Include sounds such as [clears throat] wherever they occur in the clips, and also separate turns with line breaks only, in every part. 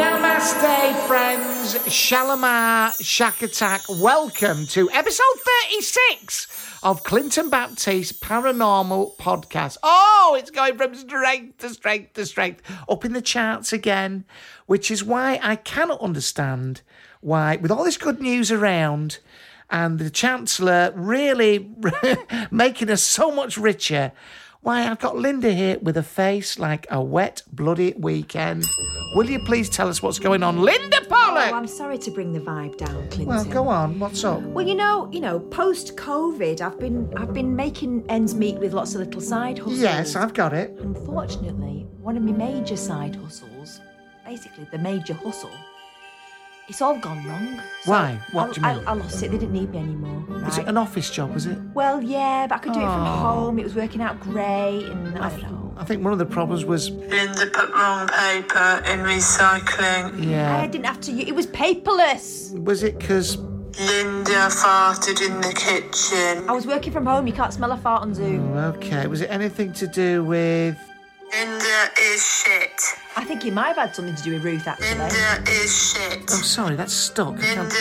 Namaste, friends. Shalimar Shack Attack. Welcome to episode 36 of Clinton Baptiste Paranormal Podcast. Oh, it's going from strength to strength to strength, up in the charts again, which is why I cannot understand why, with all this good news around, and the Chancellor really [laughs] making us so much richer. Why, I've got Linda here with a face like a wet, bloody weekend. Will you please tell us what's going on? Linda
Oh, I'm
Pollock!
sorry to bring the vibe down, Clinton.
Well, go on, what's up?
Well, you know, you know, post COVID, I've been I've been making ends meet with lots of little side hustles.
Yes, I've got it.
Unfortunately, one of my major side hustles, basically the major hustle, it's all gone wrong.
Why? What
I,
do you mean?
I, I lost it. They didn't need me anymore.
Was
right?
it an office job, was it?
well, yeah, but I could do it from
Oh.
home. It was working out great, and I don't know.
I think one of the problems was,
Linda put wrong paper in recycling.
I
yeah,
didn't have to. u- It was paperless.
was it because,
Linda farted in the kitchen.
I was working from home. You can't smell a fart on Zoom.
Oh, okay, was it anything to do with,
Linda is shit.
I think it might have had something to do with Ruth, actually.
Linda is shit.
oh, sorry, that's stuck. I can't-
Linda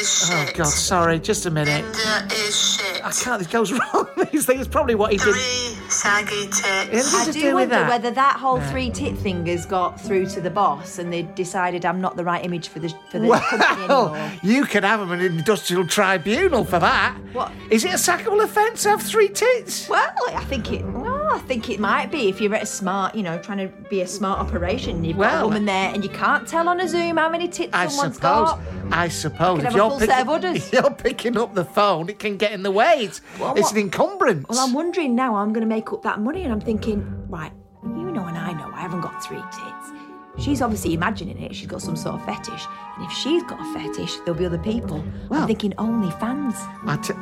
is
Oh,
shit.
God, sorry, just a minute.
Linda is shit.
I can't, it goes [laughs] wrong, these things. Probably what he did.
Three saggy tits.
Anything
I
to
do
do with
wonder
that?
whether that whole three tit fingers got through to the boss and they decided I'm not the right image for the for the company
Well,
anymore.
you could have 'em an industrial tribunal for that.
What?
Is it a sackable offence to have three tits?
Well, I think it. Well, I think it might be if you're at a smart, you know, trying to be a smart operation. You've got
Well-
a woman there, and you can't tell on a Zoom how many tits
I
someone's
suppose.
got.
I suppose.
Could
If
have a
you're,
full
picking,
set of orders.
if [laughs] you're picking up the phone, it can get in the way. It's,
Well,
it's
what-
an encumbrance.
Well, I'm wondering now. I'm going to make up that money, and I'm thinking, right, you know, and I know, I haven't got three tits. She's obviously imagining it. She's got some sort of fetish, and if she's got a fetish, there'll be other people.
Well-
I'm thinking only fans.
I t-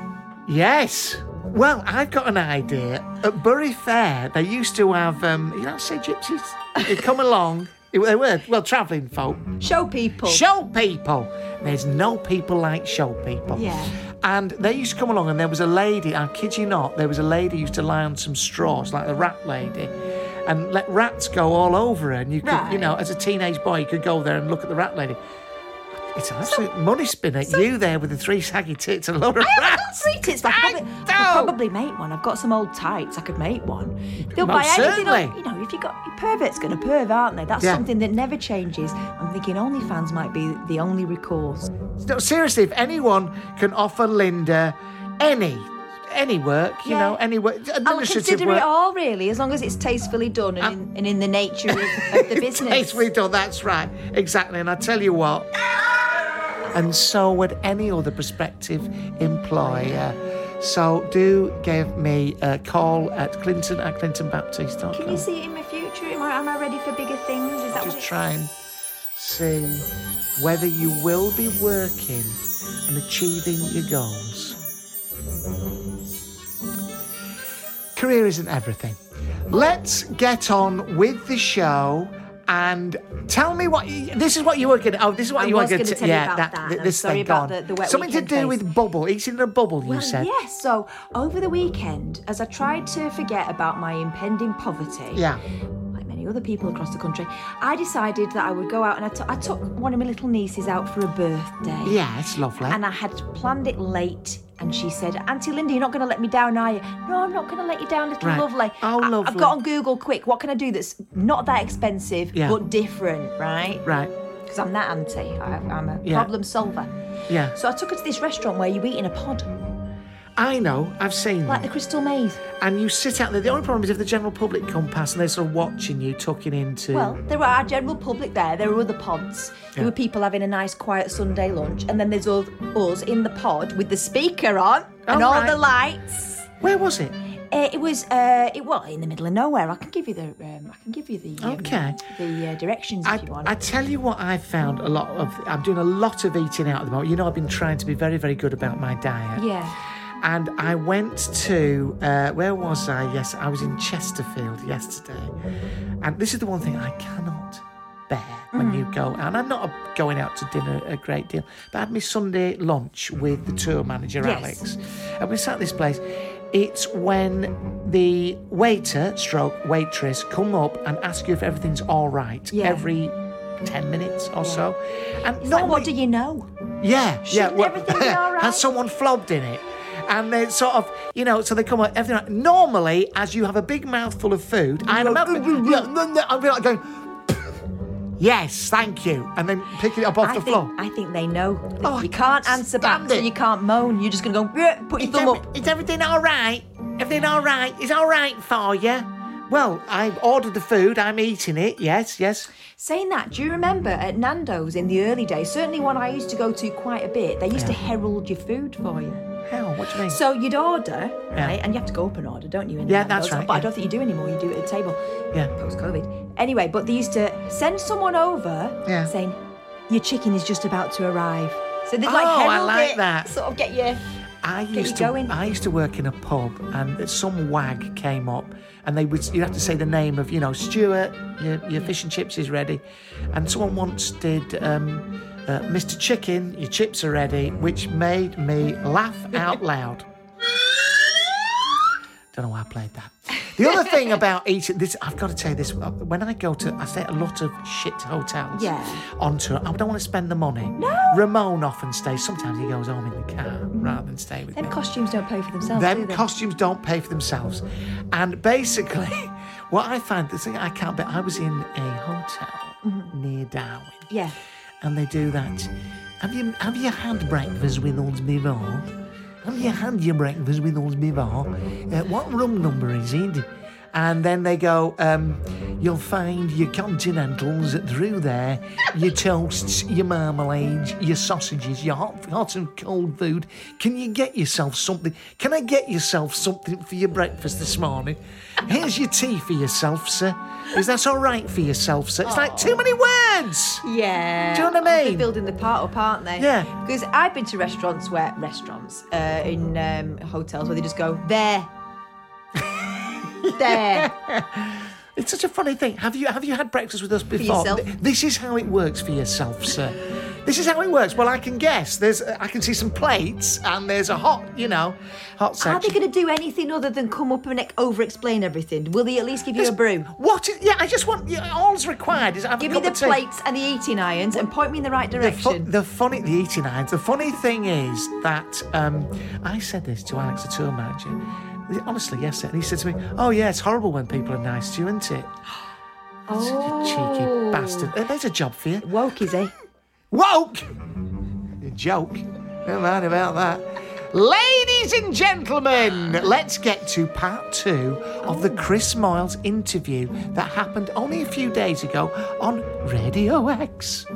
yes. Well, I've got an idea. At Bury Fair, they used to have, um, you know, say gypsies? They'd
[laughs]
come along. They were, well, travelling folk.
Show people.
Show people. There's no people like show people.
Yeah.
And they used to come along, and there was a lady. I kid you not, there was a lady who used to lie on some straws, like the rat lady, and let rats go all over her. And you could, you
Right.
know, as a teenage boy, you could go there and look at the rat lady. It's an absolute money spinner. you there with the three saggy tits and a load of
I've got
rats.
three tits, but I
I
could, probably, I could
don't.
probably make one. I've got some old tights. I could make one. They'll
Well,
buy anything. on-
certainly.
you know, if you got your pervert's going to perv, aren't they? That's
Yeah.
something that never changes. I'm thinking OnlyFans might be the only recourse.
No, seriously, if anyone can offer Linda any any work, you
Yeah.
know, any work,
I'll
administrative
consider
work.
it all, really, as long as it's tastefully done and, in, and in the
[laughs]
nature of, of the business.
Tastefully done, that's right. Exactly. And I tell you what, and so would any other prospective employer. So do give me a call at clinton at clintonbaptiste.com.
Can you see it in my future? Am I, am I ready for bigger things? Is that what
Just
it-
try and see whether you will be working and achieving your goals. Career isn't everything. Let's get on with the show and tell me what you, this is what you were going to. Oh, this is what
I
you were
was
going
gonna
to.
tell you
Yeah,
about that,
th-
and I'm
this
sorry
thing
about
gone.
the- the wet
Something to do
weekend face.
with bubble. Eating in a bubble. you
Well,
said.
yes. So over the weekend, as I tried to forget about my impending poverty,
Yeah.
like many many other people across the country, I decided that I would go out and I took- I took one of my little nieces out for a birthday.
Yeah, it's lovely.
And I had planned it late. And she said, Auntie Linda, you're not going to let me down, are you? No, I'm not going to let you down, little
Right.
lovely.
Oh,
I- I've
lovely.
got on Google quick. What can I do that's not that expensive,
Yeah.
but different, right?
right.
Because I'm that auntie. I, I'm a
Yeah.
problem solver.
Yeah.
So I took her to this restaurant where you eat in a pod,
I know. I've seen
like the
them.
Crystal Maze.
And you sit out there. The only problem is if the general public come past and they're sort of watching you, tucking into.
Well, there are our general public there. There are other pods.
Yeah.
There were people having a nice, quiet Sunday lunch, and then there's us, us in the pod with the speaker on and
Oh,
all
right.
the lights.
Where was it?
Uh, it was uh, it well in the middle of nowhere. I can give you the um, I can give you the um,
Okay.
the uh, directions
I,
if you want.
I tell you what I've found a lot of. I'm doing a lot of eating out at the moment. You know, I've been trying to be very, very good about my diet.
yeah.
and I went to uh, where was I? Yes, I was in Chesterfield yesterday, and this is the one thing I cannot bear when you
Mm.
go out. And I'm not a, going out to dinner a great deal, but I had my Sunday lunch with the tour manager
Yes.
Alex, and we sat at this place. It's when the waiter, stroke waitress, come up and ask you if everything's all right
Yeah.
every ten minutes or so. And
It's
not
like, what do you know?
yeah, yeah.
Shouldn't everything be all
[laughs]
right?
Has someone flobbed in it? And they sort of, you know, so they come up. Everything. Like, normally, as you have a big mouthful of food, I'm like,
[laughs]
I'll be like going, yes, thank you, and then picking it up off
I
the
think,
floor.
I think they know. that
Oh, I
you can't
can't
answer back,
stand
so
it.
you can't moan. You're just gonna go "Bleh," put your
Is,
thumb
every-
up.
is everything all right? Everything all right? Is all right for you? Well, I've ordered the food. I'm eating it. Yes, yes.
Saying that, do you remember at Nando's in the early days? Certainly one I used to go to quite a bit. They used to herald your food for you.
How? What do you mean?
So you'd order,
Yeah.
right? And you have to go up and order, don't you? in
Yeah,
Nando's?
that's right,
But I
yeah.
don't think you do anymore. You do it at a table.
Yeah.
Post COVID. Anyway, but they used to send someone over
Yeah.
saying, "Your chicken is just about to arrive." So they'd like
Oh, I
herald
like
it,
that.
Sort of get you.
I
Get
used
you
to
going.
I used to work in a pub and some wag came up and they would you have to say the name of you know Stuart your, your fish and chips is ready and someone once did um, uh, Mr Chicken your chips are ready which made me laugh out loud. Don't know why I played that. The other thing about eating this, I've got to tell you this. uh, When I go to, I stay at a lot of shit hotels.
Yeah.
On tour, I don't want to spend the money. No. Ramon often stays. Sometimes he goes home in the car rather than stay with
Them
me.
costumes don't pay for themselves. do
Them
they?
costumes don't pay for themselves. And basically, [laughs] what I find the thing I can't bet I was in a hotel near Darwin.
Mm-hmm. Yeah.
And they do that. Have you have you had breakfast with us before? Have you had your breakfast with us before? Uh, what room number is it? And then they go, um, you'll find your continentals through there, your toasts, your marmalades, your sausages, your hot, hot and cold food. Can you get yourself something? Can I get yourself something for your breakfast this morning? Here's your tea for yourself, sir. Is that all right for yourself, sir? It's like too many words.
Yeah.
Do you know what I
They're
mean?
building the part up, aren't they?
Yeah.
Because I've been to restaurants where restaurants uh, in um, hotels where they just go
[laughs]
there, there.
It's such a funny thing. Have you have you had breakfast with us before?
yourself.
Th- This is how it works for yourself, sir. This is how it works. Well, I can guess. There's uh, I can see some plates and there's a hot, you know, hot section.
Are they going to do anything other than come up and over explain everything? Will they at least give you a
Just-
brew?
What? Is, yeah, I just want. Yeah, all's required is have
Give
a
me
cup
the
of tea.
plates and the eating irons and point me in the right
The, fu-
direction.
the funny, the eating irons. The funny thing is that um, I said this to Alex, the tour manager, honestly yesterday, and he said to me, "Oh yeah, it's horrible when people are nice to you, isn't it? [gasps]
oh.
Cheeky bastard. Uh, There's a job for you."
Woke, is he?
[laughs] Woke! A joke. Never mind about that. Ladies and gentlemen, let's get to part two of the Chris Miles interview that happened only a few days ago on Radio X.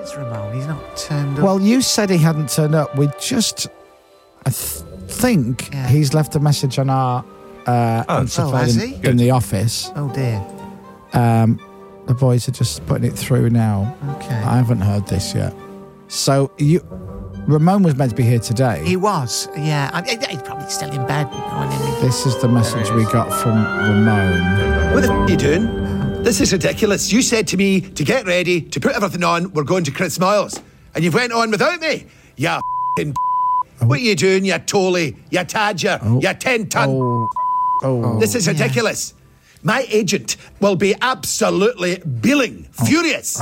It's Ramon, he's not turned up.
Well, you said he hadn't turned up. We just, I th- think
Yeah.
he's left a message on our uh,
Oh,
answer
oh,
phone
has
in,
he?
in the office.
oh dear.
Um, the boys are just putting it through now.
Okay.
I haven't heard this yet. So you, Ramon was meant to be here today.
he was, yeah. I, I- he's probably still in bed. now, isn't he?
this is the message we got from Ramon.
What the f- are you doing? This is ridiculous. You said to me to get ready, to put everything on, we're going to Chris Miles. And you went on without me. You f***ing
Oh.
b- What are you doing, you Tolly, you Tadger, you 10 ton?
Oh, oh,
This is ridiculous. my agent will be absolutely billing,
Oh.
furious,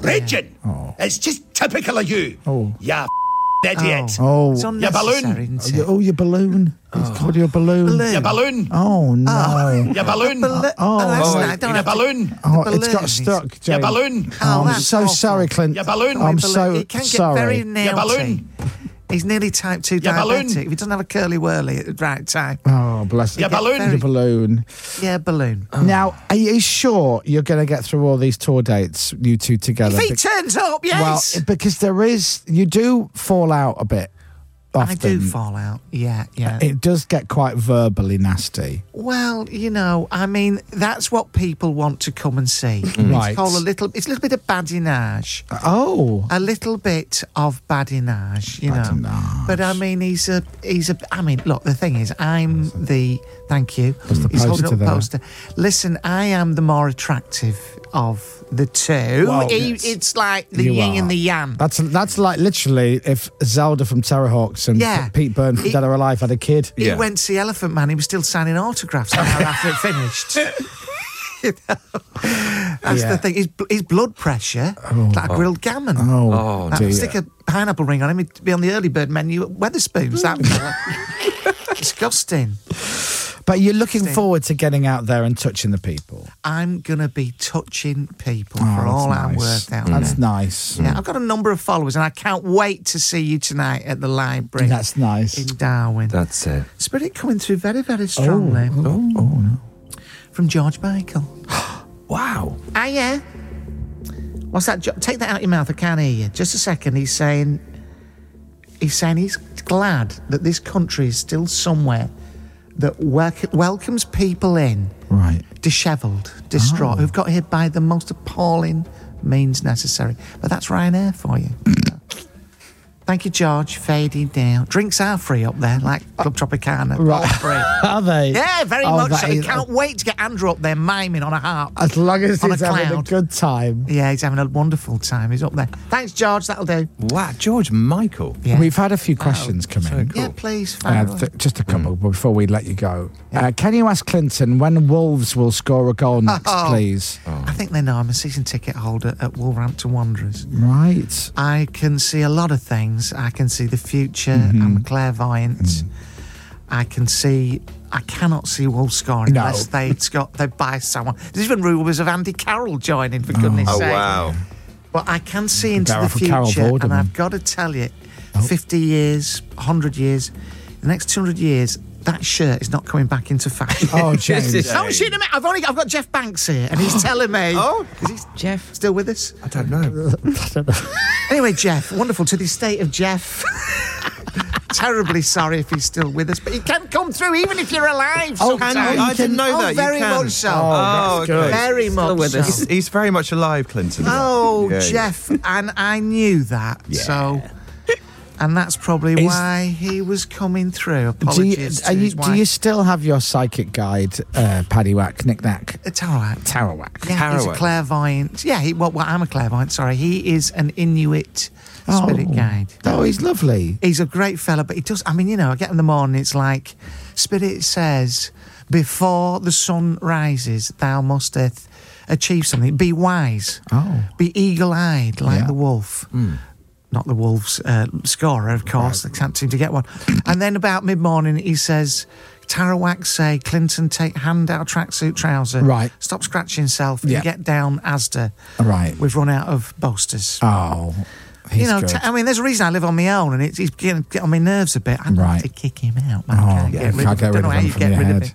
raging. It's just typical of you.
Oh.
Yeah, idiot.
Oh,
It's
Your balloon.
unnecessary, isn't
your-
it?
oh, your balloon. It's called your balloon.
Your balloon. Ah.
Oh no.
Your balloon.
Ballo-
Oh,
that's
oh,
not- I don't
Your
have to-
balloon.
Oh,
The
it's
balloon
got
is-
stuck,
Your
Jane.
balloon.
Oh, I'm
that's
so
awful.
sorry, Clint.
Your balloon.
I'm
My
so
It can
sorry.
get very
Your
naughty.
balloon.
He's nearly type 2
Your balloon.
diabetic. If he doesn't have a curly whirly at the right time.
Oh, bless
Your balloon. Oh.
Your balloon.
Yeah, balloon.
Now, are you sure you're going to get through all these tour dates, you two together?
If he
Be-
turns up,
well,
yes.
because there is, you do fall out a bit. Often.
I do fall out. Yeah, yeah.
It does get quite verbally nasty.
Well, you know, I mean, that's what people want to come and see.
Mm-hmm. Right.
It's called a little. It's a little bit of badinage,
Oh,
a little bit of badinage, you know.
Badinage.
But I mean, he's a, he's a. I mean, look, the thing is, I'm the. Thank you.
the
he's holding
poster
up the
there?
poster. Listen, I am the more attractive of the two.
Well,
He-
yes.
It's like the
you
yin
are.
and the yang.
That's that's like literally if Zelda from Terror Hawks and
Yeah.
Pete Byrne from
It-
Dead or Alive had a kid.
He went to the Elephant Man. He was still signing autographs an hour after it
[laughs]
finished. You know? That's
Yeah.
the thing. His, bl- his blood pressure, like a grilled gammon.
Oh,
Like,
dear.
stick a pineapple ring on him. He'd be on the early bird menu at Weatherspoons. That
[laughs]
fella. disgusting.
But you're looking forward to getting out there and touching the people.
I'm gonna be touching people
Oh,
for
that's
all I'm
nice.
worth
Mm.
out
That's
there.
nice.
Yeah, I've got a number of followers, and I can't wait to see you tonight at the library.
That's nice.
in Darwin.
That's it.
Spirit coming through very, very strongly.
Oh, oh, no.
from George Michael.
Wow.
Ah, yeah. What's that? Jo- Take that out your mouth. I can't hear you. Just a second. He's saying, he's saying he's glad that this country is still somewhere that welc welcomes people in,
Right. Oh.
dishevelled, distraught, who've got here by the most appalling means necessary. But that's Ryanair
[coughs]
for you. Thank you, George. Fading down. Drinks are free up there, like Club Tropicana. All free.
Are they?
Yeah, very
Oh,
much.
that
So. I
is-
can't wait to get Andrew up there miming on a harp.
[laughs] As long as
on a
he's having a
cloud.
good time.
Yeah, he's having a wonderful time. He's up there. Thanks, George. That'll do.
Wow, George Michael.
Yeah. Oh,
We've had a few questions come in.
Yeah, please.
Uh,
fire away.
th- just a couple
Mm.
before we let you go. Uh, can you ask Clinton when Wolves will score a goal next,
Oh.
please?
I think they know I'm a season ticket holder at Wolverhampton Wanderers.
Right.
I can see a lot of things. I can see the future. I'm clairvoyant. I can see. I cannot see Wolves scoring
No.
unless they got they buy someone. There's even rumours of Andy Carroll joining for goodness'
Oh
sake.
wow.
But I can see into the
Gareth and Carol
future,
Vorderman.
and I've got to tell you, 50 years, 100 years, the next 200 years, that shirt is not coming back into fashion. [laughs]
Oh, James.
Don't shoot him! I've only I've got Jeff Banks here, and he's telling me.
Oh.
is he Jeff still with us?
[laughs] I don't know.
Anyway, Jeff, wonderful to the state of Jeff. [laughs] Terribly sorry if he's still with us, but he can come through even if you're alive.
Oh,
sometimes.
can you? I didn't
know
Oh,
that. You
very
can.
much so.
Oh, that's good.
Very much so.
He's, he's very much alive, Clinton.
Oh,
Yeah, yeah.
Jeff, and I knew that. So, and that's probably
Is-
why he was coming through.
Do
Apologies
you,
to
are you,
his
do
wife.
you still have your psychic guide, uh, Paddywhack, Knickknack,
It's all right.
Tarawhack?
Yeah, he's a
Tarawak.
clairvoyant. Yeah, he, well, well, I'm a clairvoyant. Sorry, he is an Inuit spirit guide.
Oh, he's lovely.
He's a great fella, but he does. I mean, you know, I get in the morning. It's like spirit says, before the sun rises, thou musteth achieve something. Be wise.
Oh.
Be eagle-eyed like
Yeah. Hmm.
the wolf. Not the wolf's uh, scorer, of course. They can't seem to get one. [clears throat] and then about mid-morning, he says. Tarawak say, Clinton, take hand out of tracksuit trouser.
Right.
Stop scratching yourself and
Yeah.
get down, Asda.
Right.
We've run out of bolsters
Oh, he's
you know,
good.
t- I mean, there's a reason I live on my own, and it's, it's getting get on my nerves a bit. I would
Right.
have to kick him out. Man.
Oh,
I can't
yeah,
get
you
rid
can't
of him.
get
Don't
rid
know
of
how
him
you
from
get
your
rid of
head.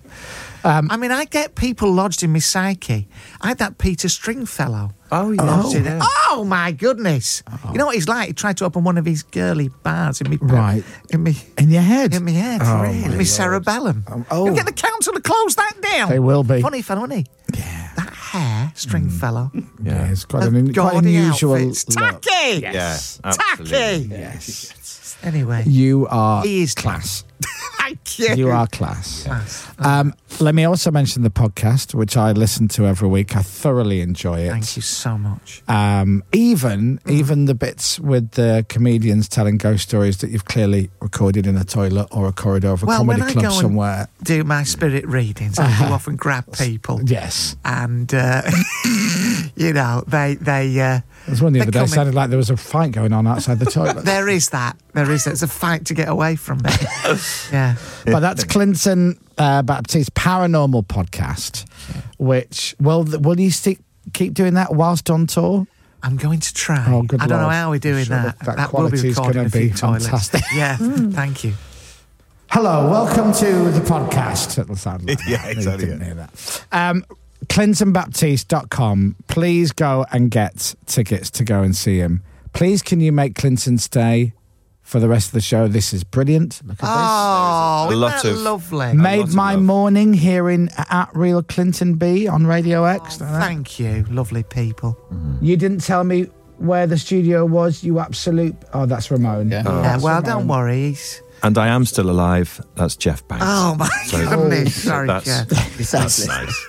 Um,
him. I mean, I get people lodged in my psyche. I had that Peter Stringfellow.
Oh, yeah.
lodged in it.
Yeah.
Oh, my goodness! You know what he's like? He tried to open one of his girly bars in me.
Right.
In me.
in your head.
In my head, really. My, cerebellum.
oh.
You'll get the council to close that down.
They will be.
Funny fellow, isn't he? Yeah. That hair, Stringfellow.
yeah, it's quite
Of
an quite
gaudy
unusual.
outfits.
look.
Tacky.
Yes,
Tacky.
absolutely.
Yes. Anyway,
You are
he is
class.
Thank you.
You are class.
class.
Um, Let me also mention the podcast, which I listen to every week. I thoroughly enjoy it.
Thank you so much.
Um, even even the bits with the comedians telling ghost stories that you've clearly recorded in a toilet or a corridor of a
well,
comedy
when I
club
go
somewhere.
and do my spirit readings, I go off and
[laughs]
grab people.
Yes,
and uh, [laughs] you know they they. Uh,
There's one the
they
other day. It
come in-
sounded like there was a fight going on outside the toilet.
There is that. There is. It's a fight to get away from
[laughs]
Oh, there. yeah.
but that's Clinton uh, Baptiste Paranormal Podcast, which well, th- will you stick keep doing that whilst on tour?
I'm going to try.
Oh, good
I don't know
Lord.
how we're doing
Sure,
that.
That,
will be
quality is
recorded
going
in a
to
few
be
toilets.
fantastic.
[laughs]
Hmm.
Yeah. Thank you.
Hello, welcome to the podcast. It'll sound
[laughs]
like
Yeah,
that.
exactly,
You didn't
yeah.
hear that. Um, ClintonBaptiste.com. Please go and get tickets to go and see him. Please, can you make Clinton stay for the rest of the show? This is brilliant. Look at
Oh,
A
isn't
lot
that
of-
lovely.
this. Made my morning hearing at real Clinton B on Radio X. Don't know.
Oh, Thank you, lovely people.
Mm-hmm.
You didn't tell me where the studio was. You absolute. Oh, that's Ramon. Yeah.
yeah, well, don't worry. he's-
And I am still alive. That's Jeff Banks.
Oh [laughs] my
So-
goodness!
Oh,
so
Sorry,
that's,
Jeff. [laughs]
that's nice.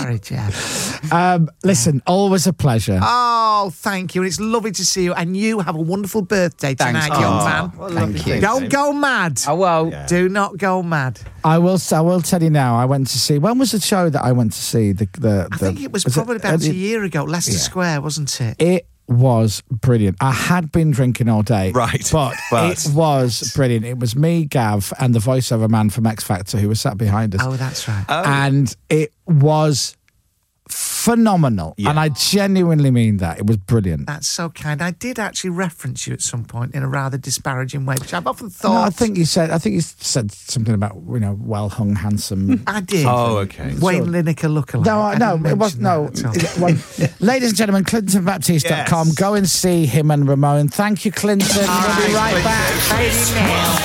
Sorry, Jeff.
Um, listen, always a pleasure.
Oh, thank you. And it's lovely to see you. And you have a wonderful birthday
Thanks,
tonight, young
Paul.
man.
Thank you.
Don't go mad.
I will.
Do not go mad.
I will. s- I will tell you now. I went to see. When was the show that I went to see? The the.
I think it was, probably about a year ago, Leicester Square, wasn't it?
It was brilliant. I had been drinking all day,
Right,
But,
[laughs] but-
it was brilliant. It was me, Gav, and the voiceover man from X Factor who was sat behind us,
Oh, that's right.
and it was phenomenal. And I genuinely mean that. It was brilliant.
That's so kind. I did actually reference you at some point in a rather disparaging way, which I've often
No,
thought.
I think you said. I think you said something about you know well hung, handsome.
[laughs] I did.
Oh, okay.
Wayne Lineker lookalike.
No, I,
I
no,
didn't
it was
mention
no.
that at all.
it- well,
[laughs]
ladies and gentlemen, ClintonBaptiste.com.
Yes.
Go and see him and Ramon. Thank you, Clinton. we'll be right back.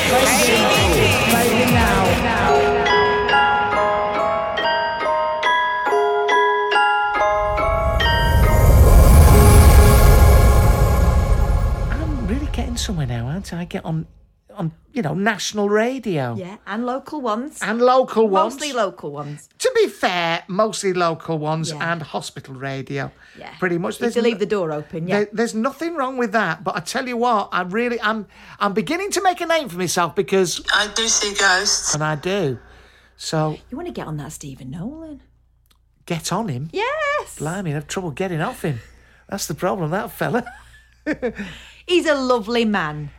I'm really getting somewhere now, aren't I? I get on, on you know, national radio
Yeah, and local ones.
and local ones.
Mostly local ones.
to be fair, mostly local ones
Yeah.
and hospital radio.
Yeah.
Pretty much.
If
There's
you leave
no-
the door open, yeah.
There, there's nothing wrong with that, but I tell you what, I really, I'm, I'm beginning to make a name for myself because,
I do see ghosts.
and I do. So
You want to get on that Stephen Nolan?
get on him.
Yes.
Blimey, I have trouble getting off him. That's the problem, that fella. [laughs]
He's a lovely man.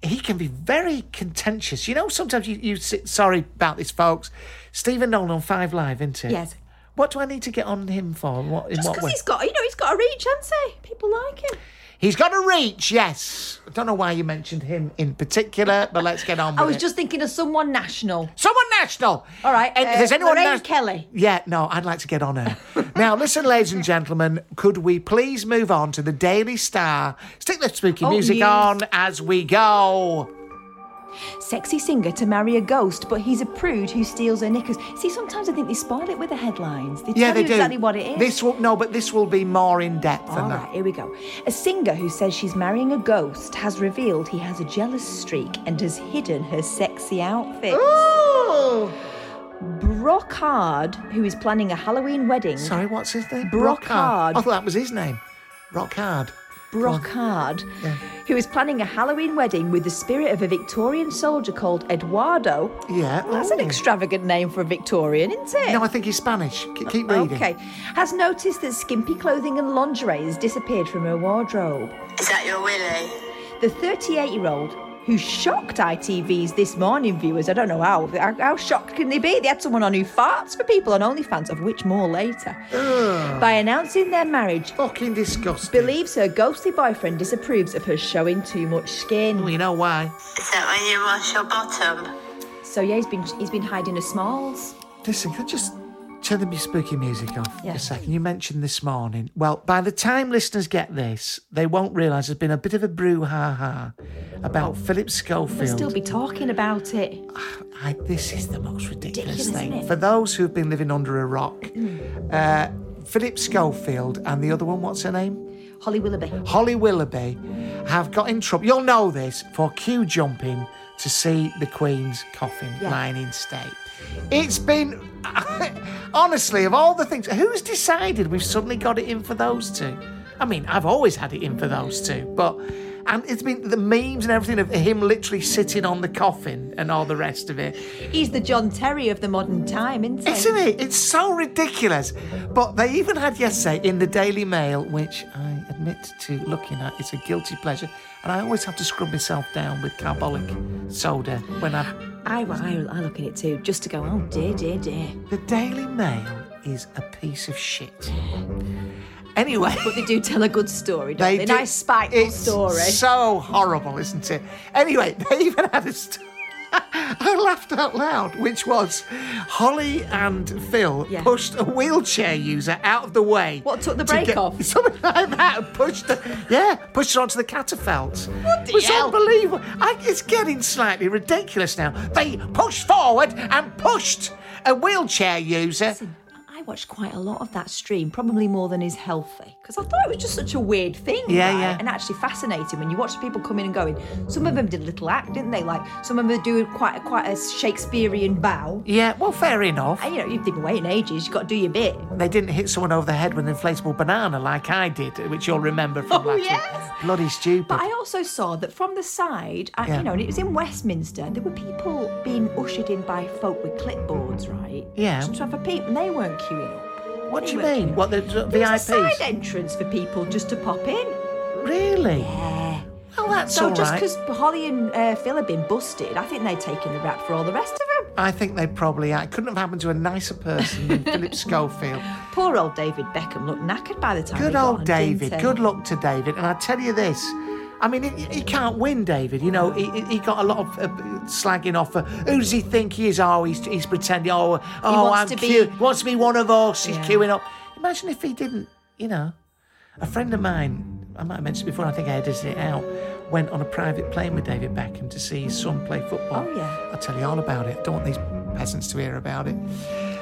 He can be very contentious. You know, sometimes you, you sit, sorry about this, folks. Stephen Nolan on Five Live, isn't it?
Yes.
What do I need to get on him for? What, in
Just
what
because
way?
he's got, you know, he's got a reach, hasn't he? People like him.
He's got a reach, yes. I don't know why you mentioned him in particular, but let's get on with
[laughs] I was
it.
just thinking of someone national.
Someone national.
All right,
And
uh,
if there's anyone
Lorraine
nas-
Kelly.
Yeah, no, I'd like to get on
[laughs]
her. now, listen, ladies and gentlemen, could we please move on to the Daily Star? Stick the spooky
Oh,
music
yes.
on as we go.
Sexy singer to marry a ghost, but he's a prude who steals her knickers. See, sometimes I think they spoil it with the headlines. They
yeah,
tell
they
you
do.
exactly what it is.
This will no, but this will be more in depth
All
than
right, here we go. A singer who says she's marrying a ghost has revealed he has a jealous streak and has hidden her sexy outfits. Ooh! Brocard, who is planning a Halloween wedding.
that. Sorry, what's his name?
Brockhard.
I thought that was his name. Brockhard.
Brocard, who is planning a Halloween wedding with the spirit of a Victorian soldier called Eduardo.
Yeah.
That's an
ooh.
extravagant name for a Victorian, isn't it?
No, I think he's Spanish. K- keep reading.
Okay. Has noticed that skimpy clothing and lingerie has disappeared from her wardrobe.
Is that your Willy?
The 38 year old who shocked ITV's This Morning viewers, I don't know how, how, how shocked can they be? They had someone on who farts for people on OnlyFans, of which more later. By announcing their marriage,
Fucking disgusting.
believes her ghostly boyfriend disapproves of her showing too much
Well,
skin.
you know why?
Is that when you wash your bottom?
So yeah, he's been he's been hiding her smalls.
Listen, can I just turn the spooky music off for
Yeah.
a second? You mentioned this morning. Well, by the time listeners get this, they won't realise there's been a bit of a brouhaha about Philip
They'll
Schofield.
still be talking about it.
I, this is the most ridiculous,
Ridiculous, isn't
thing.
it?
For those who've been living under a rock, uh, Philip Schofield and the other one, what's her name?
Holly Willoughby.
Holly Willoughby have got in trouble. You'll know this for queue jumping to see the Queen's coffin lying in state. It's been [laughs] honestly of all the things. Who's decided we've suddenly got it in for those two? I mean, I've always had it in for those two, but and it's been the memes and everything of him literally sitting on the coffin and all the rest of it.
He's the John Terry of the modern time, isn't he?
Isn't it? It's so ridiculous. But they even had yesterday in the Daily Mail, which I admit to looking at, it's a guilty pleasure. And I always have to scrub myself down with carbolic soda when I.
I, I, I look at it too, just to go, oh dear, dear, dear.
The Daily Mail is a piece of shit. Anyway.
But they do tell a good story, don't they? Nice spiteful
it's
story.
So horrible, isn't it? Anyway, [laughs] they even had a story. [laughs] I laughed out loud, which was Holly and Phil pushed a wheelchair user out of the way.
What took the
to
brake
get-
off?
[laughs] Something like that. and Pushed the yeah, pushed it onto the catafalques. What
the
it was
hell?
unbelievable. I, it's getting slightly ridiculous now. They pushed forward and pushed a wheelchair user.
I watched quite a lot of that stream, probably more than is healthy, because I thought it was just such a weird thing.
Yeah,
right?
yeah.
And actually fascinating when you watch people coming and going. Some of them did a little act, didn't they? Like some of them do quite a, quite a Shakespearean bow.
Yeah, well, fair enough.
And you know, you've been waiting ages. You've got to do your bit.
They didn't hit someone over the head with an inflatable banana like I did, which you'll remember from
[laughs] Oh,
last
yes.
week. Bloody stupid.
But I also saw that from the side, I,
Yeah.
you know, and it was in Westminster, there were people being ushered in by folk with clipboards, right?
Yeah.
Just to have a peep, and they weren't queuing up.
What
They
do you
weren't
mean?
queuing
What, the
up.
sort of
There was a
VIPs?
side entrance for people just to pop in.
Really?
Yeah.
Well, that's
so
all
just
right.
because Holly and uh, Phil have been busted, I think they're taking the rap for all the rest of them.
I think they probably it couldn't have happened to a nicer person than Philip Schofield.
[laughs] Poor old David Beckham looked knackered by the time. he
Good
got
old
on,
David.
didn't he?
Good luck to David. And I tell you this. I mean, he, he can't win, David. You know, he, he- he got a lot of uh, slagging off for who does he think he is? Oh, he's, he's pretending. Oh, oh,
wants
I'm
to be-
cute. He wants to be one of us. He's
Yeah.
queuing up. Imagine if he didn't. You know, a friend of mine. I might have mentioned before. I think I edited it out. Went on a private plane with David Beckham to see his son play football.
Oh, yeah.
I'll tell you all about it. I don't want these peasants to hear about it.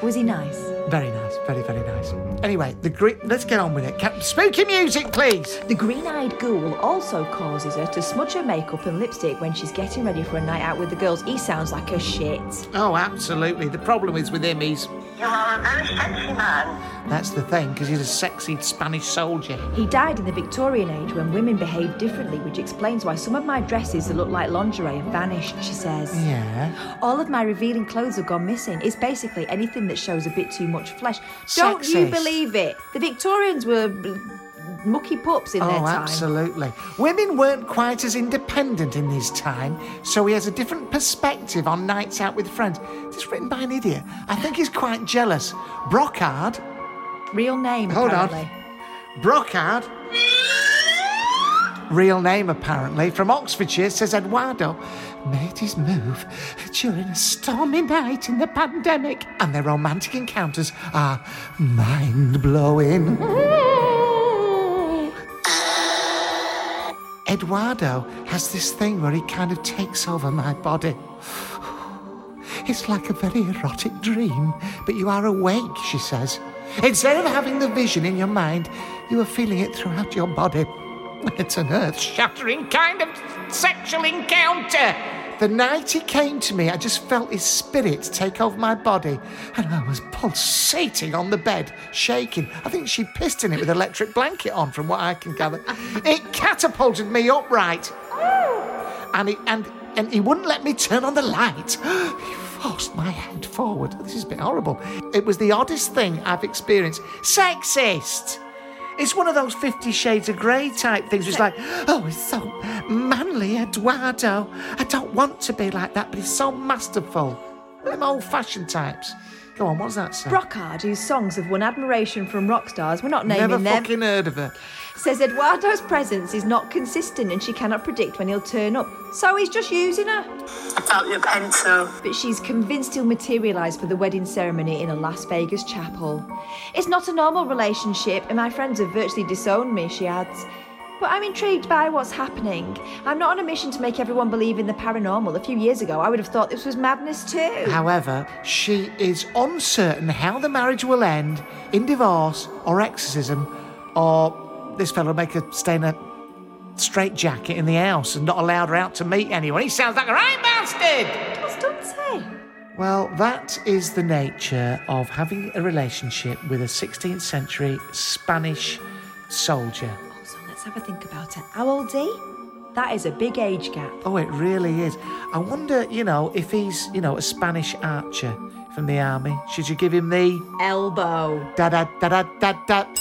Was he nice?
Very nice, very, very nice. Anyway, the Greek. Let's get on with it. Can- Spooky music, please.
The green eyed ghoul also causes her to smudge her makeup and lipstick when she's getting ready for a night out with the girls. He sounds like a shit.
Oh, absolutely. The problem is with him, he's.
You are a very sexy man.
That's the thing, because he's a sexy Spanish soldier.
He died in the Victorian age when women behaved differently, which explains why some of my dresses that look like lingerie have vanished, she says.
Yeah.
All of my revealing clothes have gone missing. It's basically anything that shows a bit too much flesh. Don't you
Sexist.
believe it? The Victorians were mucky pups in their
Oh,
time.
absolutely. Women weren't quite as independent in his time, so he has a different perspective on nights out with friends. This is written by an idiot. I think he's quite jealous. Brockhard.
Real name,
Hold on.
apparently.
Brockhard. Real name, apparently, from Oxfordshire, says Eduardo made his move during a stormy night in the pandemic, and their romantic encounters are mind blowing. Eduardo has this thing where he kind of takes over my body. It's like a very erotic dream, but you are awake, she says. Instead of having the vision in your mind, you are feeling it throughout your body. [laughs] It's an earth shattering kind of sexual encounter. The night he came to me, I just felt his spirit take over my body, and I was pulsating on the bed, shaking. I think she pissed in it with an electric blanket on, from what I can gather. It catapulted me upright and he and and he wouldn't let me turn on the light. [gasps] he forced my hand forward. This is a bit horrible. It was the oddest thing I've experienced. Sexist. It's one of those Fifty Shades of Grey type things. It's like, oh, he's so manly, Eduardo. I don't want to be like that, but he's so masterful. Them old-fashioned types. Go on, what's that say?
Brockhard, whose songs have won admiration from rock stars, we're not naming
Never
them,
fucking heard of her.
says Eduardo's presence is not consistent and she cannot predict when he'll turn up. So he's just using her.
About your pencil.
But she's convinced he'll materialise for the wedding ceremony in a Las Vegas chapel. It's not a normal relationship, and my friends have virtually disowned me, she adds. But I'm intrigued by what's happening. I'm not on a mission to make everyone believe in the paranormal. A few years ago, I would have thought this was madness too.
However, she is uncertain how the marriage will end in divorce or exorcism or this fellow make her stay in a straitjacket in the house and not allowed her out to meet anyone. He sounds like a right bastard!
Just don't say.
Well, that is the nature of having a relationship with a 16th century Spanish soldier.
So let's have a think about it. How old's he? That is a big age gap.
Oh, it really is. I wonder, you know, if he's, you know, a Spanish archer from the army. Should you give him the
Elbow.
da da da da da da?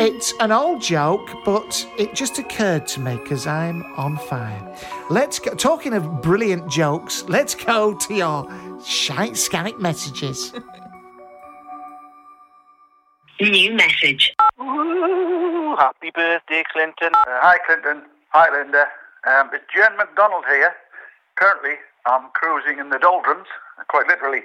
It's an old joke, but it just occurred to me because I'm on fire. Let's go, talking of brilliant jokes. Let's go to your shite scanic messages. [laughs]
New message. [laughs]
Ooh, happy birthday, Clinton. Uh, hi, Clinton. Hi, Linda. Um, it's Jen McDonald here. Currently, I'm cruising in the doldrums, quite literally.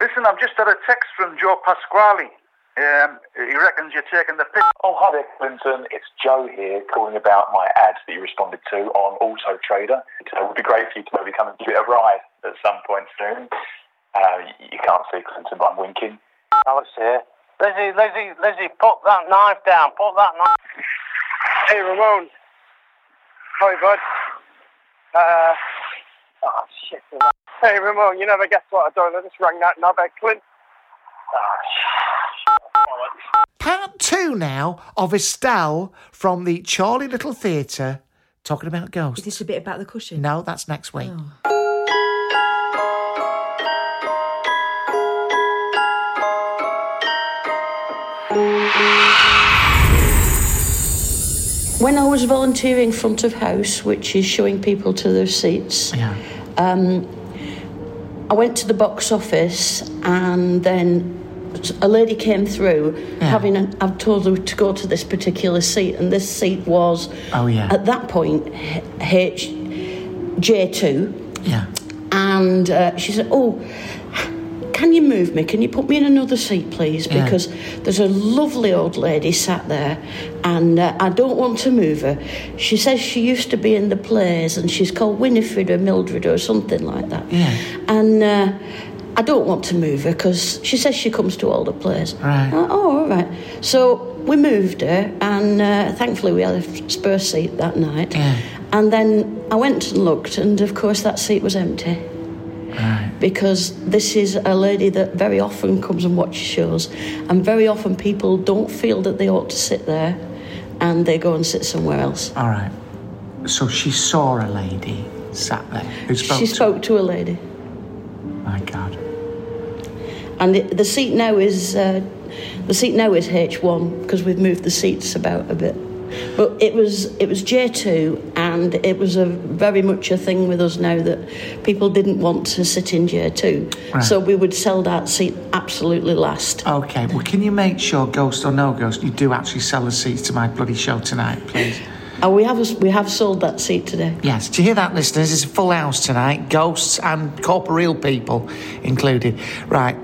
Listen, I've just had a text from Joe Pasquale. Um, he reckons you're taking the piss.
Oh, hi there, Clinton. It's Joe here calling about my ad that you responded to on Auto Trader. So it would be great for you to maybe come and give it a ride at some point soon. Uh, y- you can't see Clinton, but I'm winking.
Alice here. Lizzie, Lizzie, Lizzie, put that knife down. Put that knife. Hey, Ramon. Hi, bud. Uh, oh, shit. Hey, Ramon, you never guess what I done. I just rang that knobhead, Clint. Ah,
Part two now of Estelle from the Charlie Little Theatre talking about ghosts. Is
this a bit about the cushion? Oh.
No, that's next week.
When I was volunteering front of house, which is showing people to their seats, um, I went to the box office and then a lady came through having an, I've told her to go to this particular seat and this seat was
Oh, yeah.
at that point H J2
yeah
and uh, she said oh can you move me can you put me in another seat please
Yeah.
because there's a lovely old lady sat there and uh, I don't want to move her she says she used to be in the plays and she's called Winifred or Mildred or something like that and uh, I don't want to move her because she says she comes to all the plays
Right.
uh, oh, all right. So we moved her, and uh, thankfully we had a spare seat that night. And then I went and looked, and of course that seat was empty. Because this is a lady that very often comes and watches shows, and very often people don't feel that they ought to sit there, and they go and sit somewhere else.
All right. So she saw a lady sat there who spoke
she
to
spoke to a lady.
My God.
And it, the seat now is uh, the seat now is H1 because we've moved the seats about a bit. But it was it was J2, and it was a very much a thing with us now that people didn't want to sit in J2,
Right.
so we would sell that seat absolutely last.
Okay, well, can you make sure, ghost or no ghost, you do actually sell the seats to my bloody show tonight, please?
And Oh, we have we have sold that seat today.
Yes, do you hear that, listeners? It's a full house tonight, ghosts and corporeal people included. Right,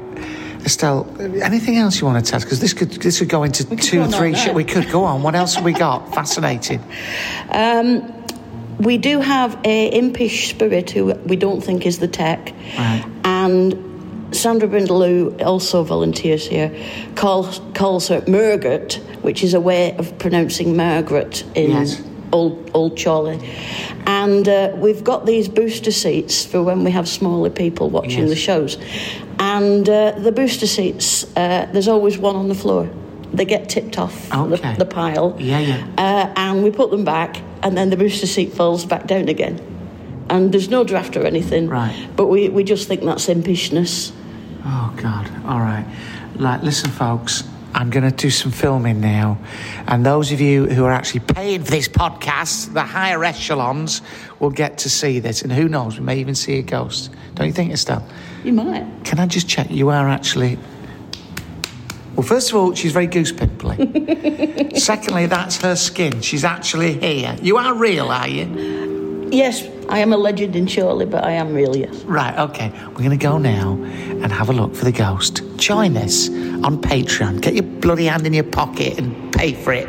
Estelle, anything else you want to tell us? Because this could this could go into two,
on all
three.
night.
Sh- we could go on. What else
[laughs]
have we got? Fascinating.
Um, we do have a impish spirit who we don't think is the tech, and Sandra Brindle, who also volunteers here, calls calls her Margaret, which is a way of pronouncing Margaret in
Yes.
old old Charlie. And uh, we've got these booster seats for when we have smaller people watching
Yes.
the shows, and uh, the booster seats. Uh, there's always one on the floor. They get tipped off
Okay.
the, the pile
Yeah, yeah.
uh, and we put them back, and then the booster seat falls back down again. And there's no draft or anything. Right. But we, we just think that's impishness.
Oh God! All right, right. Listen, folks. I'm going to do some filming now, and those of you who are actually paying for this podcast, the higher echelons, will get to see this. And who knows? We may even see a ghost. Don't you think, Estelle?
You might.
Can I just check? You are actually. Well, first of all, she's very goose pimply. Secondly, that's her skin. She's actually here. You are real, are you?
Yes, I am a legend in Shirley, but I am real, yes.
Right. Okay. We're going to go now and have a look for the ghost. Join us on Patreon. Get your bloody hand in your pocket and pay for it.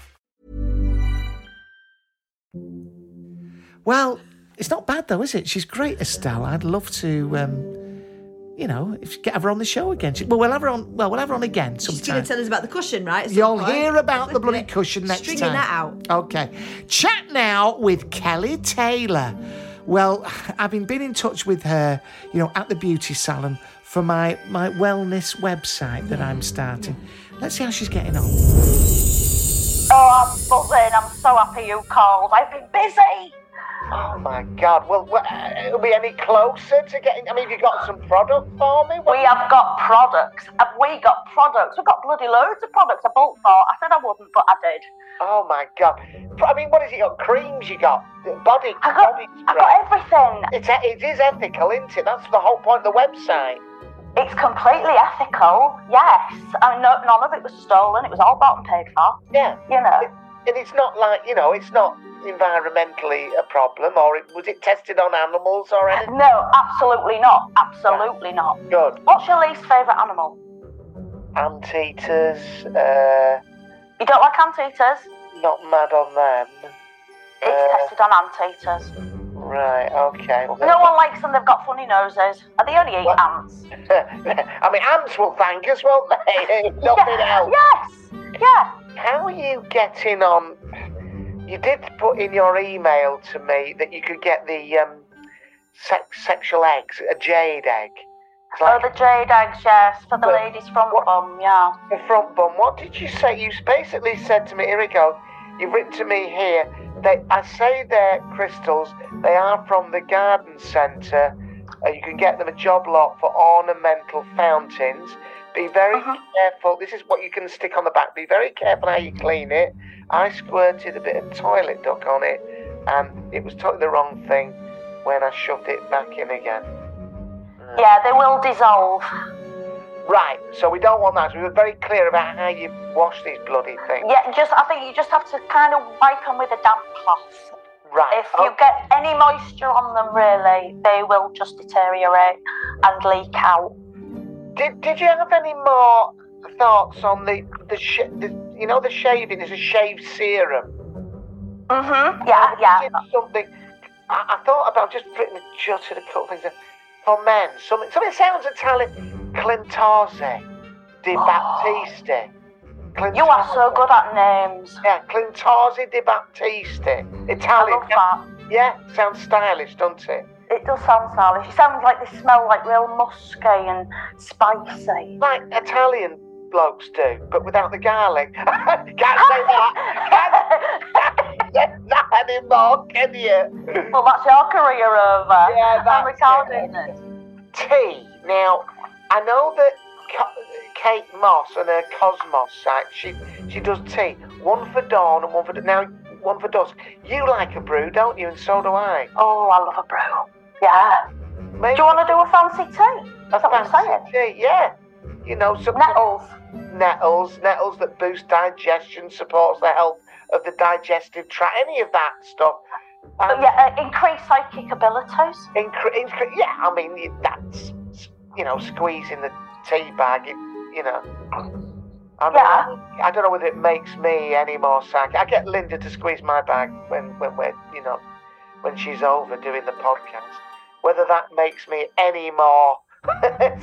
Well, it's not bad though, is it? She's great, Estelle. I'd love to, um, you know, if get have her on the show again. She, well, we'll have her on. Well, we'll have her on again
She's going
sometime.
to tell us about the cushion, right? at some
You'll
point.
hear about the bloody cushion next
Stringing
time.
that out.
Okay. Chat now with Kelly Taylor. Well, I've been, been in touch with her, you know, at the beauty salon for my, my wellness website that I'm starting. Let's see how she's getting on.
Oh, I'm buzzing. I'm so happy you called. I've been busy.
Oh my God! Well, wha- are we Uh, any closer to getting? I mean, have you got some product for me?
We have got products. Have we got products? We've got bloody loads of products I bought for. I said I wouldn't, but I did.
Oh my God! I mean, what is it? Got creams? You got body? I got, body I
got everything.
It's e- it is ethical, isn't it? That's the whole point of the website.
It's completely ethical, yes. I mean, no, none of it was stolen. It was all bought and paid for.
Yeah.
You know.
And it's not like you know, it's not environmentally uh, a problem, or it, was it tested on animals or anything?
No, absolutely not. Absolutely not.
Good.
What's your least favourite animal?
Anteaters. Uh,
You don't like anteaters?
not uh, mad on them.
It's tested on anteaters.
Right. Okay. Well,
No one likes them. They've got funny noses. And they only eat ants.
[laughs] I mean, ants will thank us, won't
[laughs]
they? [laughs] Nothing else.
Yes. Yeah.
How are you getting on? You did put in your email to me that you could get the um, sex, sexual eggs, a jade egg. It's
Oh, the jade eggs, yes, for the
But-
ladies from bum, yeah.
The front bum. What did you say? You basically said to me, here we go. You've written to me here. They, I say they're crystals. They are from the garden centre. Uh, you can get them a job lot for ornamental fountains. Be very careful. This is what you can stick on the back. Be very careful how you clean it. I squirted a bit of toilet duck on it, and it was totally the wrong thing when I shoved it back in again.
Yeah, they will dissolve.
Right, so we don't want that. So we were very clear about how you wash these bloody things.
Yeah, just I think you just have to kind of wipe them with a damp cloth.
Right. oh.
If you get any moisture on them, really, they will just deteriorate and leak out.
Did Did you have any more thoughts on the the, sh- the you know the shaving is a shave serum?
Mhm. Yeah, yeah.
Something I, I thought about just written jotted a couple things Oh, down. for men. Something something that sounds Italian. Clintarze, Di Battista. Clint-
[gasps] You are so good at names.
Yeah, Clintozzi Di Battista. Italian.
I love
Yeah, sounds stylish, doesn't it?
It does sound stylish. It sounds like they smell like real musky and spicy.
Like Italian blokes do, but without the garlic. [laughs] Can't say that. Can't [laughs] say that anymore, can you?
Well, that's your career over.
Yeah,
I'm
that's
recording
it.
this.
Tea. Now, I know that Co- Kate Moss and her Cosmos site, she she does tea. One for dawn and one for now one for dusk. You like a brew, don't you? And so do I.
Oh, I love a brew. Yeah.
Maybe
Do you want to do a fancy tea? That's what I'm saying.
tea, yeah. You know, some
Nettles.
nettles, nettles that boost digestion, supports the health of the digestive tract, any of that stuff.
But
And
yeah, uh, increase psychic abilities.
incre- incre- yeah, I mean you- that's you know squeezing the tea bag, it, you know. I mean, I, I don't know whether it makes me any more psych. I get Linda to squeeze my bag when when we're you know when she's over doing the podcast. Whether that makes me any more [laughs]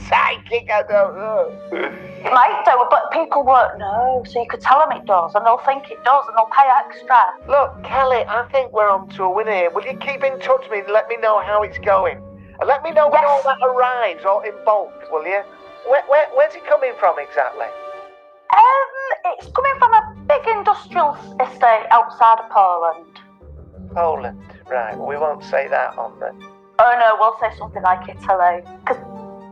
psychic, I don't know.
It might do, but people won't know. So you could tell them it does, and they'll think it does, and they'll pay extra.
Look, Kelly, I think we're on to a winner here. Will you keep in touch with me and let me know how it's going? And let me know when all that arrives, all in bulk, will you? Where, where, where's it coming from exactly?
Um, it's coming from a big industrial s- estate outside of Poland.
Poland. Right, we won't say that on the.
Oh no, we'll say something like Italy, because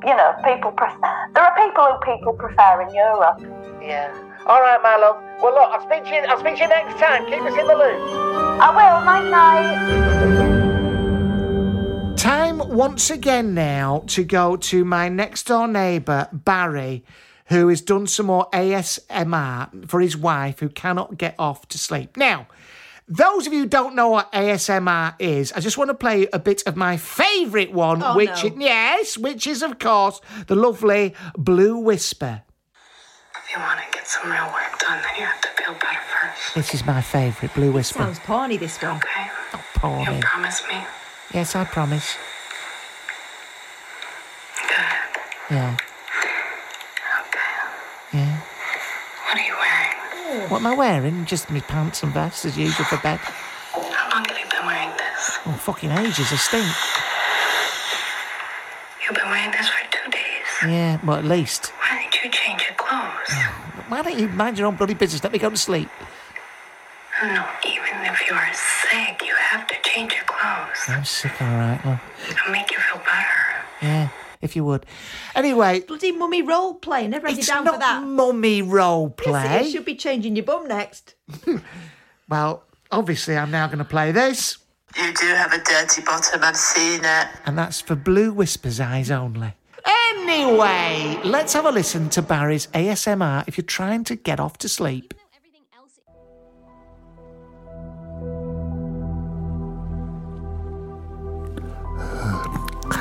you know people prefer. There are people who people prefer in Europe.
Yeah. All right, my love. Well, look, I'll speak to you, I'll speak to you next time. Keep us in the loop.
I will. Night night.
Time once again now to go to my next door neighbour, Barry, who has done some more ASMR for his wife who cannot get off to sleep. Now, those of you who don't know what ASMR is, I just want to play a bit of my favourite one,
Oh,
which
no.
i- yes, which is of course the lovely Blue Whisper.
If you want to get some real work done, then you have to feel better first.
This is my favourite Blue Whisper.
Sounds
Pawny, this one.
Okay.
Poor
You
me.
promise me.
Yes, I promise. Yeah. Yeah.
What are you wearing?
What am I wearing? Just my pants and vest as usual for bed.
How long have you been wearing this?
Oh, fucking ages, I stink.
You've been wearing this for two days.
Yeah, well, at least.
Why didn't you change your clothes?
Why don't you mind your own bloody business? Let me go to sleep.
No, even if you are sick, you have to change your clothes.
I'm sick, all right, love.
It'll make you feel better.
Yeah, if you would. Anyway,
Bloody mummy role play. Never had you
it's
down for
not
that.
mummy role
Yes,
play.
you should be changing your bum next.
well, obviously, I'm now going to play this,
You do have a dirty bottom, I've seen it.
and that's for Blue Whisper's eyes only. Anyway, let's have a listen to Barry's ASMR if you're trying to get off to sleep.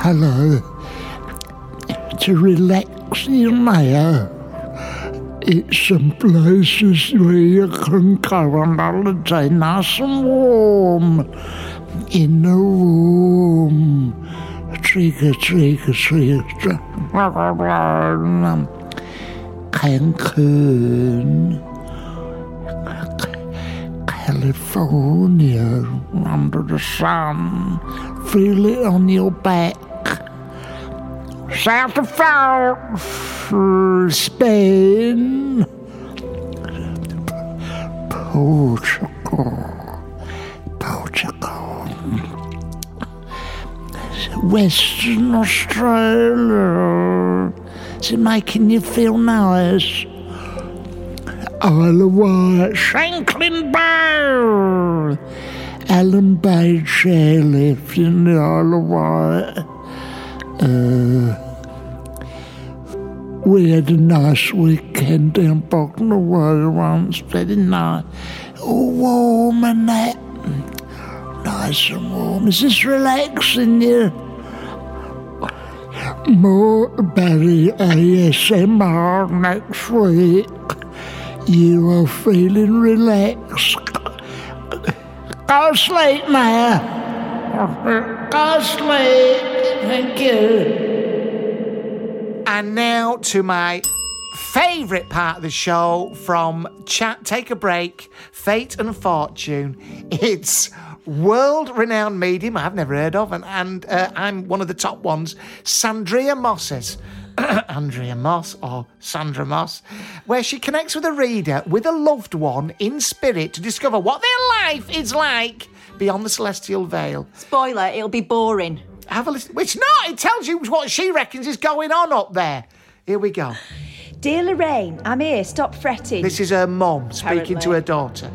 Hello. To relax your mayor. It's some places where you can go on holiday nice and warm. In the room. Trigger, trigger, trigger. Cancun. California under the sun. Feel it on your back. South of France, Spain, Portugal, Portugal, Western Australia. Is it making you feel nice? Isle of Wight, Shanklin Bowl, Alan Bay Chairlift in the Isle of Wight. Uh, we had a nice weekend down Bognor Way once, very nice. All warm and that. Nice and warm. Is this relaxing you? More Barry ASMR next week. You are feeling relaxed. Go sleep now. Go sleep. Thank you.
And now to my favourite part of the show from Chat Take a Break, Fate and Fortune. It's world renowned medium I've never heard of, and, and uh, I'm one of the top ones, Sandria Mosses. [coughs] Andrea Moss or Sandra Moss, where she connects with a reader with a loved one in spirit to discover what their life is like beyond the celestial veil.
Spoiler, it'll be boring.
Have a listen. It's not. It tells you what she reckons is going on up there. Here we go.
Dear Lorraine, I'm here. Stop fretting.
This is her mum speaking to
Apparently.
her daughter.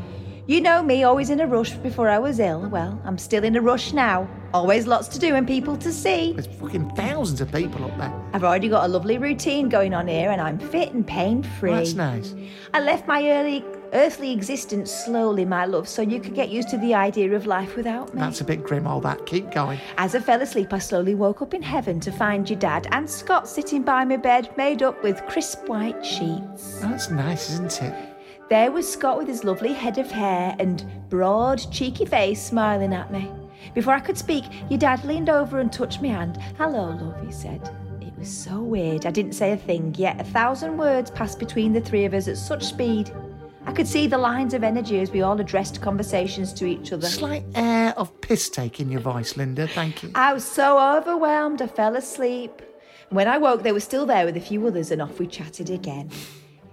You know me, always in a rush before I was ill. Well, I'm still in a rush now. Always lots to do and people to see.
There's fucking thousands of people up there.
I've already got a lovely routine going on here and I'm fit and pain free.
Well, that's nice.
I left my early earthly existence slowly, my love, so you could get used to the idea of life without me.
That's a bit grim, all that. Keep going.
As I fell asleep, I slowly woke up in heaven to find your dad and Scott sitting by my bed, made up with crisp white sheets.
That's nice, isn't it?
There was Scott with his lovely head of hair and broad, cheeky face smiling at me. Before I could speak, your dad leaned over and touched my hand. Hello, love, he said. It was so weird. I didn't say a thing, yet a thousand words passed between the three of us at such speed. I could see the lines of energy as we all addressed conversations to each other.
Slight air of piss take in your voice, Linda. Thank you.
I was so overwhelmed, I fell asleep. When I woke, they were still there with a few others, and off we chatted again.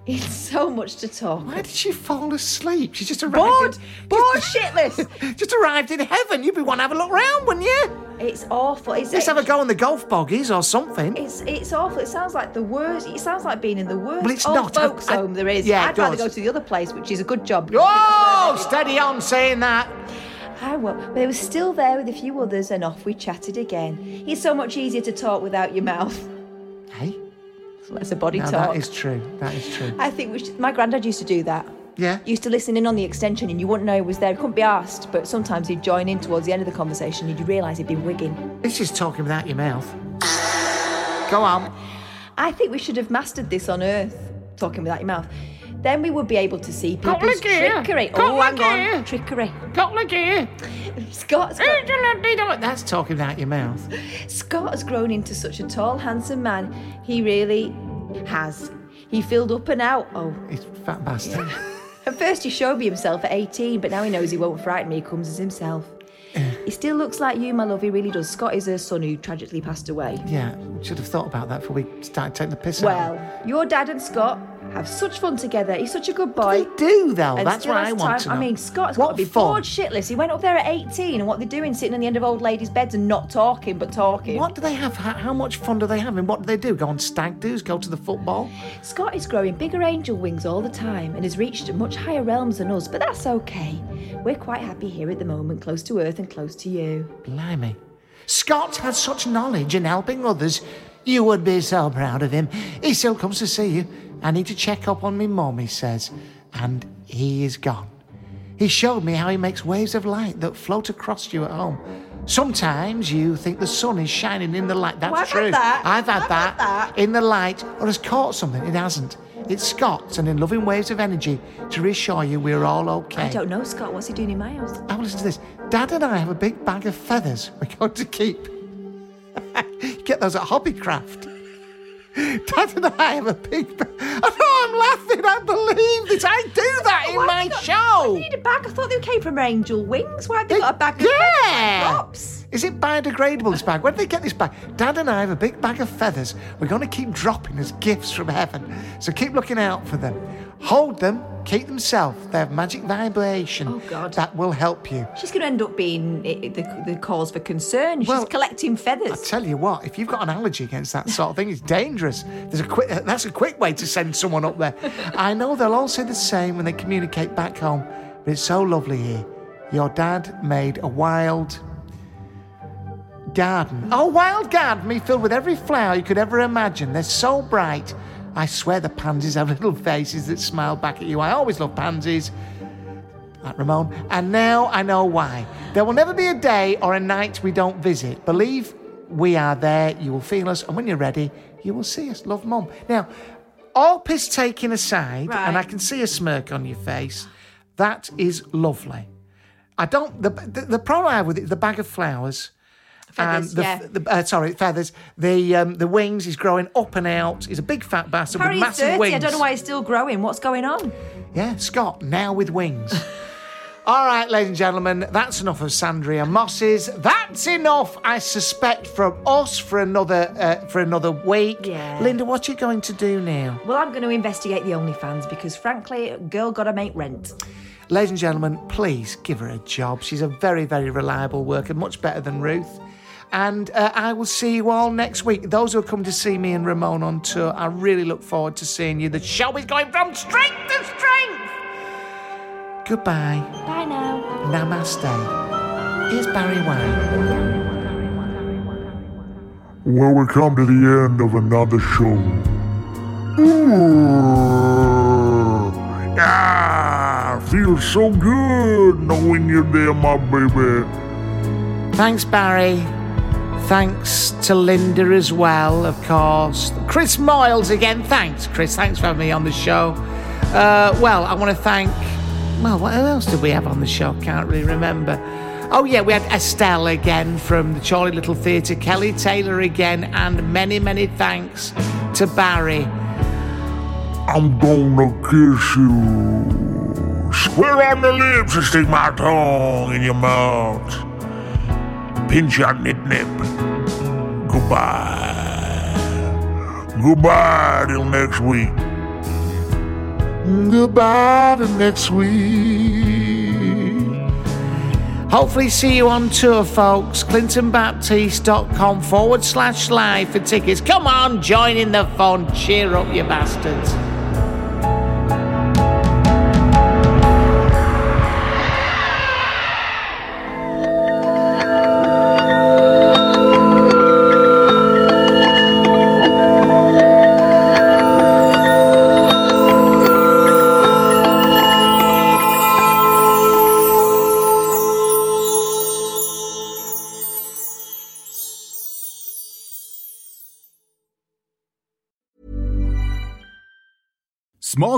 It's so much to talk.
Why did she fall asleep? She just arrived.
Bored,
in,
bored shitless.
[laughs] just arrived in heaven. You'd be want to have a look round, wouldn't you?
It's awful. It's,
Let's have a go on the golf boggies or something.
It's it's awful. It sounds like the worst. It sounds like being in the worst
Well, it's
old
not. I-
folks'
I-
home there is.
yeah, it
I'd rather
does.
go to the other place, which is a good job.
Oh, steady on saying that.
I will. But they were still there with a few others, and off we chatted again. It's so much easier to talk without your mouth.
Hey,
that's a body
now,
talk.
That is true. That is true.
I think we should, my granddad used to do that.
Yeah.
Used to listen in on the extension, and you wouldn't know he was there. Couldn't be asked, but sometimes he'd join in towards the end of the conversation, and you'd realise he'd been wigging.
It's just talking without your mouth. Go on.
I think we should have mastered this on Earth, talking without your mouth. Then we would be able to see
Got
people's
look here.
trickery.
Got
oh, hang
look here.
on, trickery.
Got look here.
Scott's got-
That's talking without your mouth.
Scott has grown into such a tall, handsome man. He really has. He filled up and out. Oh,
He's a fat
[laughs]
bastard.
At first, he showed me himself at 18, but now he knows he won't frighten me. He comes as himself. he still looks like you, my love. He really does. Scott is her son who tragically passed away.
Yeah, should have thought about that before we started taking the piss out.
Well, your dad and Scott have such fun together. He's such a good boy.
They do though.
And
That's
still
what
has
I want
time-
to know.
I mean, Scott's
What
got to be
fun.
bored shitless. He went up there at 18, and what they're doing, sitting on the end of old ladies' beds and not talking, but talking.
What do they have? How, how much fun do they have? And what do they do? Go on stag do's? Go to the football?
Scott is growing bigger angel wings all the time and has reached much higher realms than us, but that's okay. We're quite happy here at the moment, close to Earth and close to you.
Blimey. Scott has such knowledge in helping others. You would be so proud of him. He still comes to see you. I need to check up on me mum, he says. And he is gone. He showed me how he makes waves of light that float across you at home. Sometimes you think the sun is shining in the light. That's
Well, I've had
true.
that.
I've had
I've
that.
had that.
In the light, or has caught something. It hasn't. It's Scott's, and in loving waves of energy to reassure you we're all okay.
I don't know, Scott. What's he doing in my house?
Now listen to this. Dad and I have a big bag of feathers we're going to keep. [laughs] Get those at Hobbycraft. [laughs] Dad and I have a big [laughs] bag. I know I'm laughing. I believe this. I do that in
Why
my
not-
show.
Why do you need a bag? I thought they came from angel wings. Why have they got a bag of
Yeah.
props?
Is it biodegradable, this bag? Where did they get this bag? Dad and I have a big bag of feathers we're going to keep dropping as gifts from heaven. So keep looking out for them. Hold them, keep them self. They have magic vibration
Oh, God.
that will help you.
She's going to end up being i- i- the, the cause for concern. She's
Well,
collecting
I
feathers.
tell you what, if you've got an allergy against that sort of thing, it's dangerous. There's a quick, uh, that's a quick way to send someone up
[laughs]
there. I know they'll all say the same when they communicate back home, but it's so lovely here. Your dad made a wild garden. A wild garden, me filled with every flower you could ever imagine. They're so bright. I swear the pansies have little faces that smile back at you. I always love pansies like Ramon, and now I know why. There will never be a day or a night we don't visit. Believe we are there, you will feel us, and when you're ready, you will see us. Love, Mum. Now, all piss taking aside, and I can see a smirk on your face, that is lovely. I don't, the, the, the problem I have with it is the bag of flowers. Feathers, and the,
yeah.
the uh, sorry feathers. The um, the wings. He's growing up and out. He's a big fat bastard
Harry's
with massive
dirty.
wings.
I don't know why he's still growing. What's going on?
Yeah, Scott now with wings. All right, ladies and gentlemen, that's enough of Sandria Mosses. That's enough, I suspect, from us for another uh, for another week.
Yeah.
Linda, what are you going to do now?
Well, I'm going to investigate the OnlyFans because, frankly, a girl got to make rent.
Ladies and gentlemen, please give her a job. She's a very, very reliable worker, much better than Ruth. And uh, I will see you all next week. Those who are coming to see me and Ramon on tour, I really look forward to seeing you. The show is going from strength to strength. Goodbye.
Bye now.
Namaste. Here's Barry White.
Well, we come to the end of another show. Ooh. Ah, feels so good knowing you're there, my baby.
Thanks, Barry. Thanks to Linda as well, of course. Chris Miles again. Thanks, Chris. Thanks for having me on the show. Uh, well, I want to thank. Well, what else did we have on the show? Can't really remember. Oh, yeah, we had Estelle again from the Charlie Little Theatre, Kelly Taylor again, and many, many thanks to Barry.
I'm gonna kiss you. Square on the lips and stick my tongue in your mouth. Pinch your nip nip. Goodbye. Goodbye till next week.
Goodbye to next week. Hopefully, see you on tour, folks. ClintonBaptiste.com forward slash live for tickets. Come on, join in the fun. Cheer up, you bastards.
Small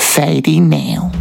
Fading now.